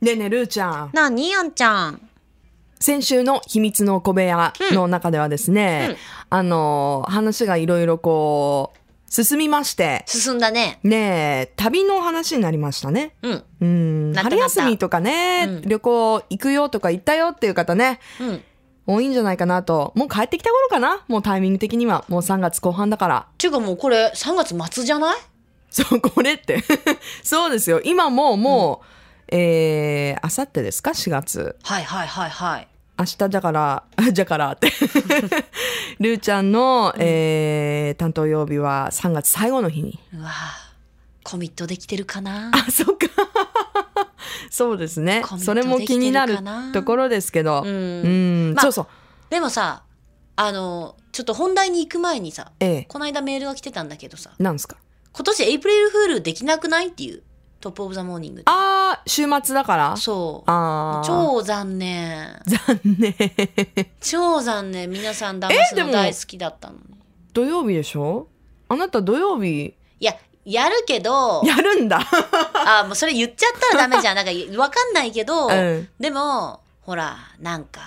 ねえねえるーちゃんなあにあんちゃん。先週の「秘密の小部屋」の中ではですね、うんあのー話がいろいろこう進みまして進んだね。ねえ旅の話になりましたね。うん。うんなった春休みとかね、うん旅行行くよとか行ったよっていう方ねうん。多いんじゃないかなともう帰ってきた頃かなもうタイミング的にはもう3月後半だから ていうかもうこれ3月末じゃないそう、これって。 そうですよ。今も、もう、えー、あさってですか ?4 月。はいはいはいはい。明日だから、 じゃからって。ルーちゃんの、えー、担当曜日は3月最後の日に。うわぁ。コミットできてるかなあ、そっか。 そうですねコ。ミットそれも気になるできてるかなところですけど。う。うんん。まあそうそう。でもさ、あの、ちょっと本題に行く前にさ、ええこの間メールが来てたんだけどさ、なんですか今年エイプリルフールできなくないっていう、トップオブザモーニング。あー、週末だからそう。あー。 超残念。残念。超残念。皆さん騙すえでのも大好きだったのに。土曜日でしょあなた土曜日いや、やるけど、やるんだ。あ、もうそれ言っちゃったらダメじゃん。なんか、わかんないけど、うんでも、ほら、なんか、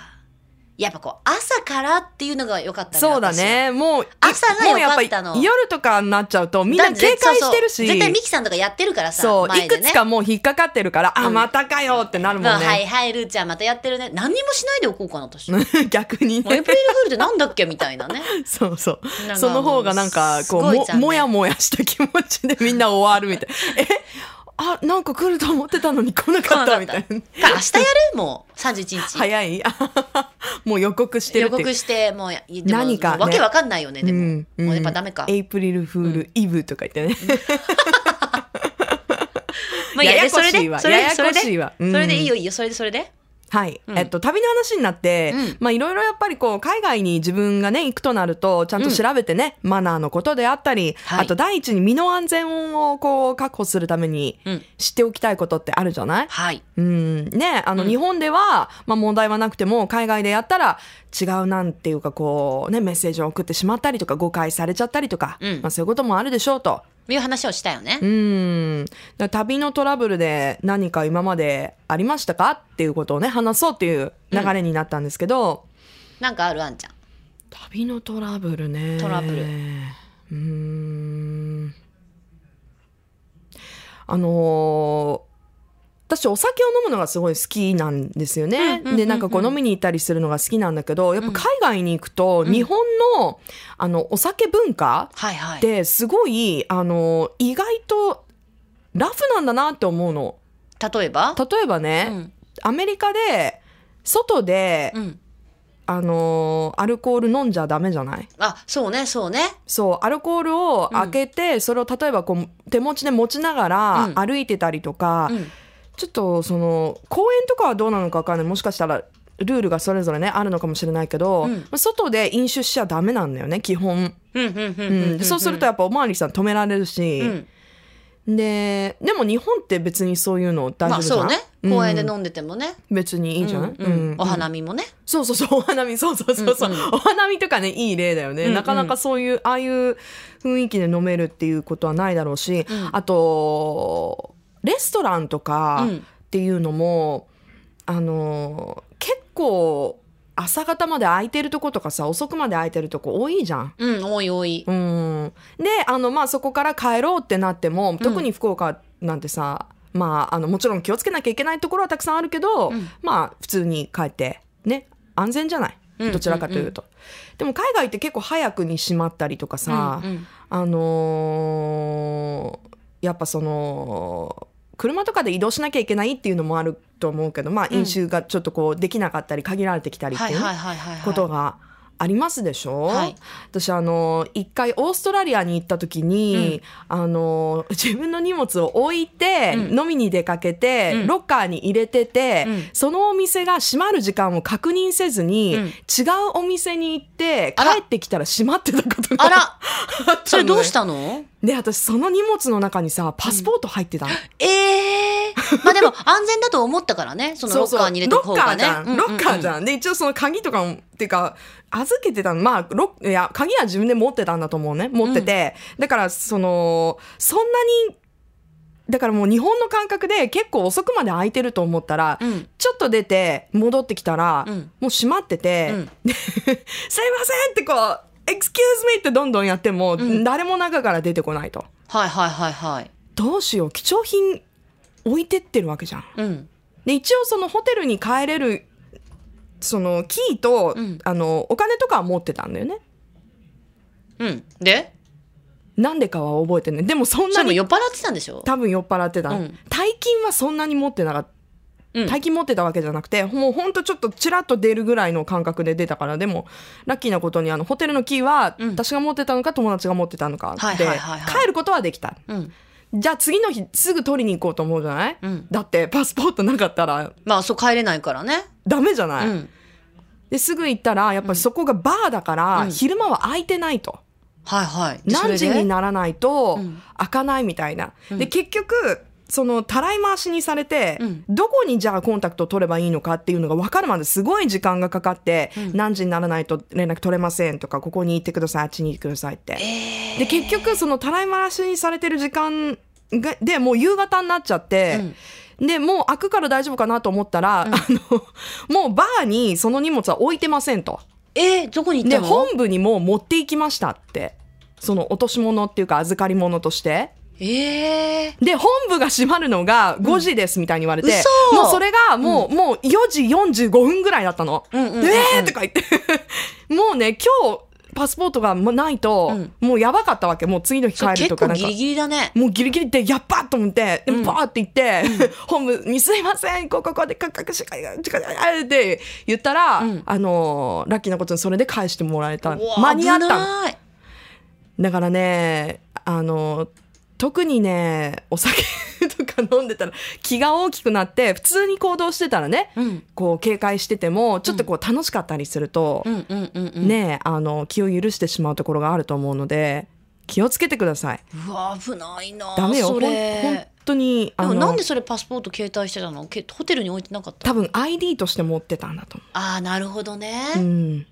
やっぱこう、朝からっていうのが良かったねそうだ。ね。もう、朝がいもうやっぱ良かったの夜とかになっちゃうと、みん私はな警戒してるし、だってそうそう絶対ミキさんとかやってるから さ、そう、前いでくね。つかもう引っかかってるから、あ、うんまたかよってなるもまあんね。はいはい、ルーちゃんまたやってるね。何にもしないでおこうかな、私。もう 逆に エね。イプリルフールってなんだっけみたいなね。そうそうなんか。 その方がなんか、こう、すごいもじゃんねもやもやした気持ちでみんな終わるみたい な。えあ、なんか来ると思ってたのに来なかった みたいな。か明日やるもう、31 日。早いあははもう予告してる予っていう告して、もうや、でも何かねわけわかんないよね、でも。うんうんもうやっぱダメか。エイプリルフールイブとか言ってね。まあいいややでやそこれしいで、わそれやで、やそこれで、しいわそれでいいよ、いいよ、それで、それで。はい、うんえっと旅の話になって、うんまあいろいろやっぱりこう海外に自分がね行くとなるとちゃんと調べてね、マナーのことであったり、はいあと第一に身の安全をこう確保するためにうん知っておきたいことってあるじゃない、はい。うんね、あの日本では、まあ、問題はなくても海外でやったら違うなんていうかこう、ね、メッセージを送ってしまったりとか誤解されちゃったりとか、うんまあ、そういうこともあるでしょうと。いう話をしたよねう。んだから旅のトラブルで何か今までありましたかっていうことをね話そうっていう流れになったんですけど、なんかあるあんちゃん。旅のトラブルねトラブルうーんあのー私お酒を飲むのがすごい好きなんですようんうんね。うんうんでなんかこう飲みに行ったりするのが好きなんだけどやっぱ海外に行くと日本の,、あのお酒文化はいはい。ですごいあの意外とラフなんだなって思うの例えば例えばね、うん。アメリカで外で、うん。あのアルコール飲んじゃダメじゃないあ、そうね、そうね。そうアルコールを開けて、それを例えばこう手持ちで持ちながらうん歩いてたりとか、うん。ちょっとその公園とかはどうなのかわかんないもしかしたらルールがそれぞれねあるのかもしれないけど、うん外で飲酒しちゃダメなんだよね基本、うん、うん、うんうん。んでそうすると、やっぱおまわりさん止められるし、うん。ででも日本って別にそういうの大丈ま夫あじゃん、そうね。公園でうん飲んでてもね。別にいいじゃん、うんうんお花見もね。そうそうそうお花見そうそうそうそう、うんうんお花見とかねいい例だよね、うんうんなかなかそういうああいう雰囲気で飲めるっていうことはないだろうし、うんあとレストランとかうんっていうのも、あの結構朝方まで空いてるとことかさ遅くまで空いてるとこ多いじゃん。うん、おいおい。うん、であの、まあ、そこから帰ろうってなっても特に福岡なんてさ、まあ、あのもちろん気をつけなきゃいけないところはたくさんあるけど、うんまあ普通に帰ってね安全じゃないうんどちらかというと、でも海外って結構早くに閉まったりとかさ、うんうんあのーやっぱその車とかで移動しなきゃいけないっていうのもあると思うけど、まあ、うん飲酒がちょっとこうできなかったり限られてきたりっていはういね、はいはいはいはい。ことがありますでしょ、はい私あの一回オーストラリアに行った時に、あの自分の荷物を置いて、うん飲みに出かけて、うんロッカーに入れてて、うんそのお店が閉まる時間を確認せずに、うん違うお店に行ってあら帰ってきたら閉まってたことがあら、 あったのねそれどうしたので私その荷物の中にさパスポート入ってたの、ええ。 まあでも、安全だと思ったからね。そのロッカーに入れてそおうくそ方うロッカがーねじゃ。ん。ロッカーじん。ゃん。で、一応その鍵とかも、っていうか、預けてたの。まあ、ロッいや、鍵は自分で持ってたんだと思うね。持ってて。だから、その、そんなに、だからもう日本の感覚で結構遅くまで空いてると思ったら、うんちょっと出て戻ってきたら、うんもう閉まってて、うん すいませんってこう、エクスキューズミーってどんどんやっても、ん誰も中から出てこないと。はいはいはいはい。どうしよう、貴重品置いてってるわけじゃん。うん。で、一応そのホテルに帰れる、そのキーと、うんあの、お金とかは持ってたんだよね。うん。でなんでかは覚えてない。でもそんなそれもに酔っ払ってたんでしょ多分酔っ払ってた、うん大金はそんなに持ってなかった。うん。大金持ってたわけじゃなくて、もうほんとちょっとちらっと出るぐらいの感覚で出たからでもラッキーなことにあのホテルのキーはうん私が持ってたのか友達が持ってたのかはいではいはいはい帰ることはできたうん。じゃあ次の日すぐ取りに行こうと思うじゃない、うんだってパスポートなかったらまあ、そう帰れないからね。ダメじゃない、うん。ですぐ行ったらやっぱりそこがバーだから、うん昼間は空いてないと。はいはい。で何時そにれでならないとうん開かないみたいな、うんで結局そのたらい回しにされて、うんどこにじゃあコンタクトを取ればいいのかっていうのが分かるまですごい時間がかかって、うん何時にならないと連絡取れませんとかここに行ってくださいあっちに行ってくださいって、えーで結局そのたらい回しにされてる時間がでもう夕方になっちゃって、でもう開くから大丈夫かなと思ったら、あのもうバーにその荷物は置いてませんと。えー、どこに行っでたの本部にも持っていきましたってその落とし物っていうか預かり物としてえー、で本部が閉まるのが5時ですみたいに言われて、嘘もうそれがもう,、もう4時45分ぐらいだったの、うんうんうんうんえーとか言ってもうね今日パスポートがもうないと、うんもうやばかったわけもう次の日そう帰る結とかな構んかギリギリだね。もうギリギリでやっばと思って、でうもんバーって行って、 本部にすいません、こうこうこうで、かかかしかかかかって言ったら、うんあのー、ラッキーなことにそれで返してもらえた。うわ間に合ったの。危ないだからね、あのー、特にね、お酒 とか飲んでたら気が大きくなって、普通に行動してたらね、うんこう警戒してても、ちょっとこう楽しかったりするとう、んうんうんうん。ね、あの、気を許してしまうところがあると思うので、気をつけてください。うわ危ないなダメよ。ほそん本れ当に、であものなんでそれパスポート携帯してたのけホテルに置いてなかった多分 ID として持ってたんだと思ああなるほどね、う。う。うん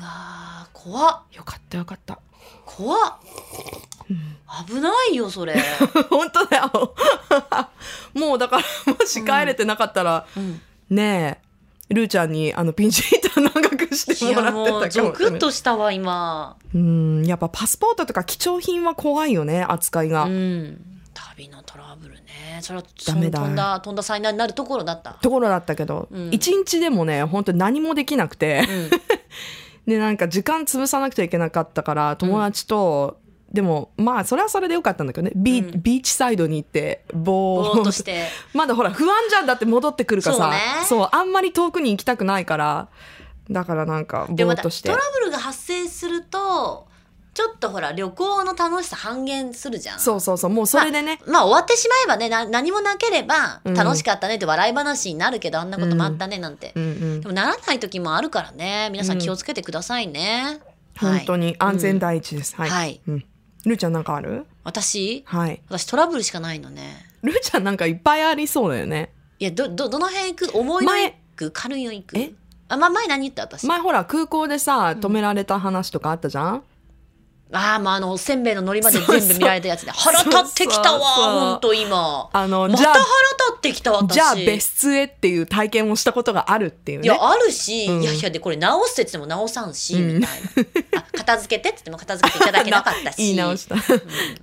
わー怖っよかったよかった。 怖っ危ないよそれ、本当だよ。 もうだから、もし帰れてなかったら、 うん、ねえ、ルーちゃんにあのピンチヒーター長くしていもらやってたもうかゾもしれなクッいとしたわ今うん、やっぱパスポートとか貴重品は怖いよね、扱いが。うん旅のトラブルねそれはダメだそん飛んだ飛んだ災難になるところだった、ところだったけど、うん一日でもね、本当何もできなくて、うん、で、なんか時間潰さなくちゃいけなかったから、友達と、でも、まあ、それはそれでよかったんだけどね、ビ,、うんビーチサイドに行って、ぼーぼーっっととししててまだほら不安じゃんだって戻ってくるからさそうねそうあんまり遠くに行きたくないからだからなんかぼでーまったとしてトラブルが発生するとちょっとほら旅行の楽しさ半減するじゃんそうそうそうもうそれでね、まあ終わってしまえばねな何もなければうん楽しかったねって笑い話になるけど、あんなこともあったねなんて、うんうんでもならない時もあるからね皆さん気をつけてくださいね、はい本当に安全第一です、はい、はいうん、ルーちゃんなんかある私はい私トラブルしかないのねルーちゃんなんかいっぱいありそうだよねいやどどどの辺行く重いの行く軽いの行くえあ、ま、前何言った私、前ほら空港でさ止められた話とかあったじゃん、ああまああのおせんべいの海苔までそうそう全部見られたやつで腹立ってきたそわうそうほんと今あのまじたゃ腹あ立ってきた私じゃあ別室へっていう体験をしたことがあるっていういねや、あるし、うんいやいや、で、これ直すって言っても直さんし、うんみたいな。あ、片付けてって言っても片付けていただけなかったし。 言い直した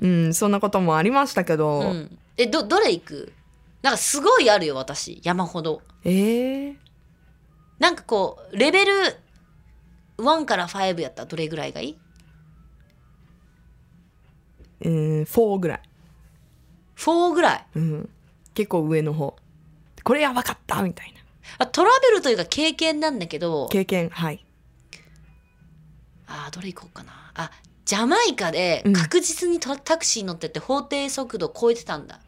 うんそんなこともありましたけど、うん。え、ど、どれ行くなんかすごいあるよ、私。山ほど。えー、なんかこう、レベル1から5やったらどれぐらいがいいうん4ぐらい ?4 ぐらい。うん、結構上の方これやばかったみたいなあトラベルというか経験なんだけど、経験はいあー、どれ行こうかな。あ、ジャマイカでうん確実にトタクシー乗ってて法定速度超えてたんだ。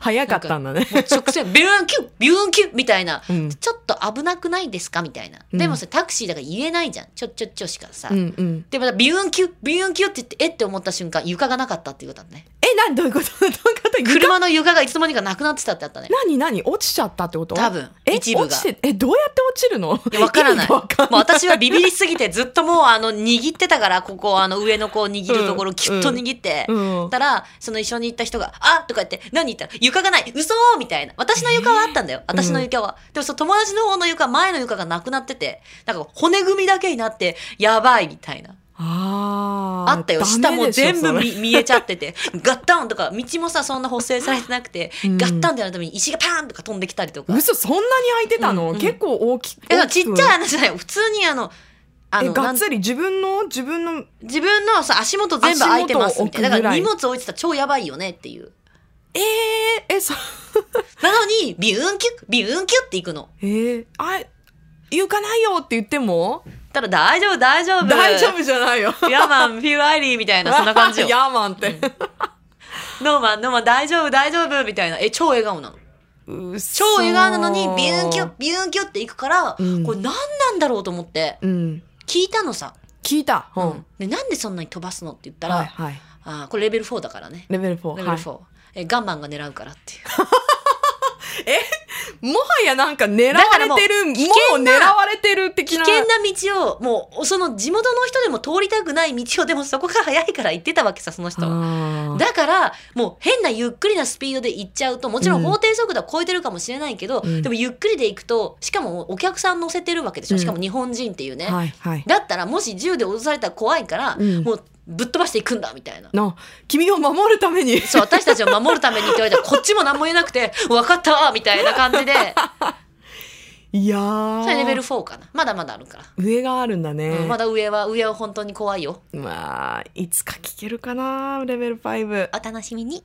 早かったんだね。もう直線、ビ ューンキュッ、ビューンキュッみたいな。うんちょっと危なくないですかみたいな。うんでもさ、タクシーだから言えないじゃん。ちょちょちょしかさ。 うんうん、で、またビューンキュッ、ビューンキュッって言って、えって思った瞬間、床がなかったっていうことだね。え、などういうことどういうこと 床車の床がいつの間にかなくなってたってあったね。何何落ちちゃったってこと多分え一部が落ちてえどうやって落ちるのいやわからない。意味がわかんもう私はビビりすぎて、ずっともう、あの、握ってたから、ここ、あの、上のこう、握るところ、きっと握って。うんたら、その一緒に行った人が、あとか言って、何言ったら、床がない嘘みたいな。私の床はあったんだよ。私の床は。でも、その友達の方の床、前の床がなくなってて、なんか骨組みだけになって、やばいみたいな。ああーったよ。ダメ下もでしょ全部それ見見えちゃってて、ガッタンとか、道もさ、そんな補正されてなくて、うんガッタンってやるために石がパーンとか飛んできたりとか。嘘そんなに開いてたの、うんうん結構大きえ、大ちきっくちゃい話だよ。普通にあの、あえの、がなっんつり自分の自分の自分のさ足元全部空いてますみたいな。だ足元を置くぐらいから荷物置いてたら超やばいよねっていう。えー、えそなのに、ビューンキュッ、ビューンキュッって行くの。えー、あ行かないよって言ってもただ大丈夫、大丈夫。大丈夫じゃないよ夫。ヤーマン、フィルアイリーみた いな、そんな感じよ。ヤーマンって、ノーマン、ノーマン、大丈夫、大丈夫みたいな。え、超笑顔なの。超超笑顔なのに、ビューンキュッ、ビューンキュッって行くから、うんこれ何なんだろうと思って、うん聞いたのさ。聞いた、うんで、なんでそんなに飛ばすのって言ったら、はいはいあーこれレベル4だからね。レベル4レベルはい4。え、ガンマンが狙うからっていう。もはやなんか狙だわかられもうてるも危険うな狙われてる的危な険な道をもうその地元の人でも通りたくない道をでもそこが早いから行ってたわけさその人は。あーだからもう変なゆっくりなスピードで行っちゃうともちろんうん法定速度は超えてるかもしれないけど、うんでもゆっくりで行くとしかもお客さん乗せてるわけでしょ、うんしかも日本人っていうね、はいはいだったらもし銃で脅されたら怖いから、うんもうぶっ飛ばしていくんだみたいな。の君を守るために そう私たちを守るためにって言われたらこっちも何も言えなくて「分かったわ」みたいな感 じでいやーそれレベル4かなまだまだあるから、上があるんだね、うんまだ上は上は本当に怖いよまあいつか聞けるかなレベル5お楽しみに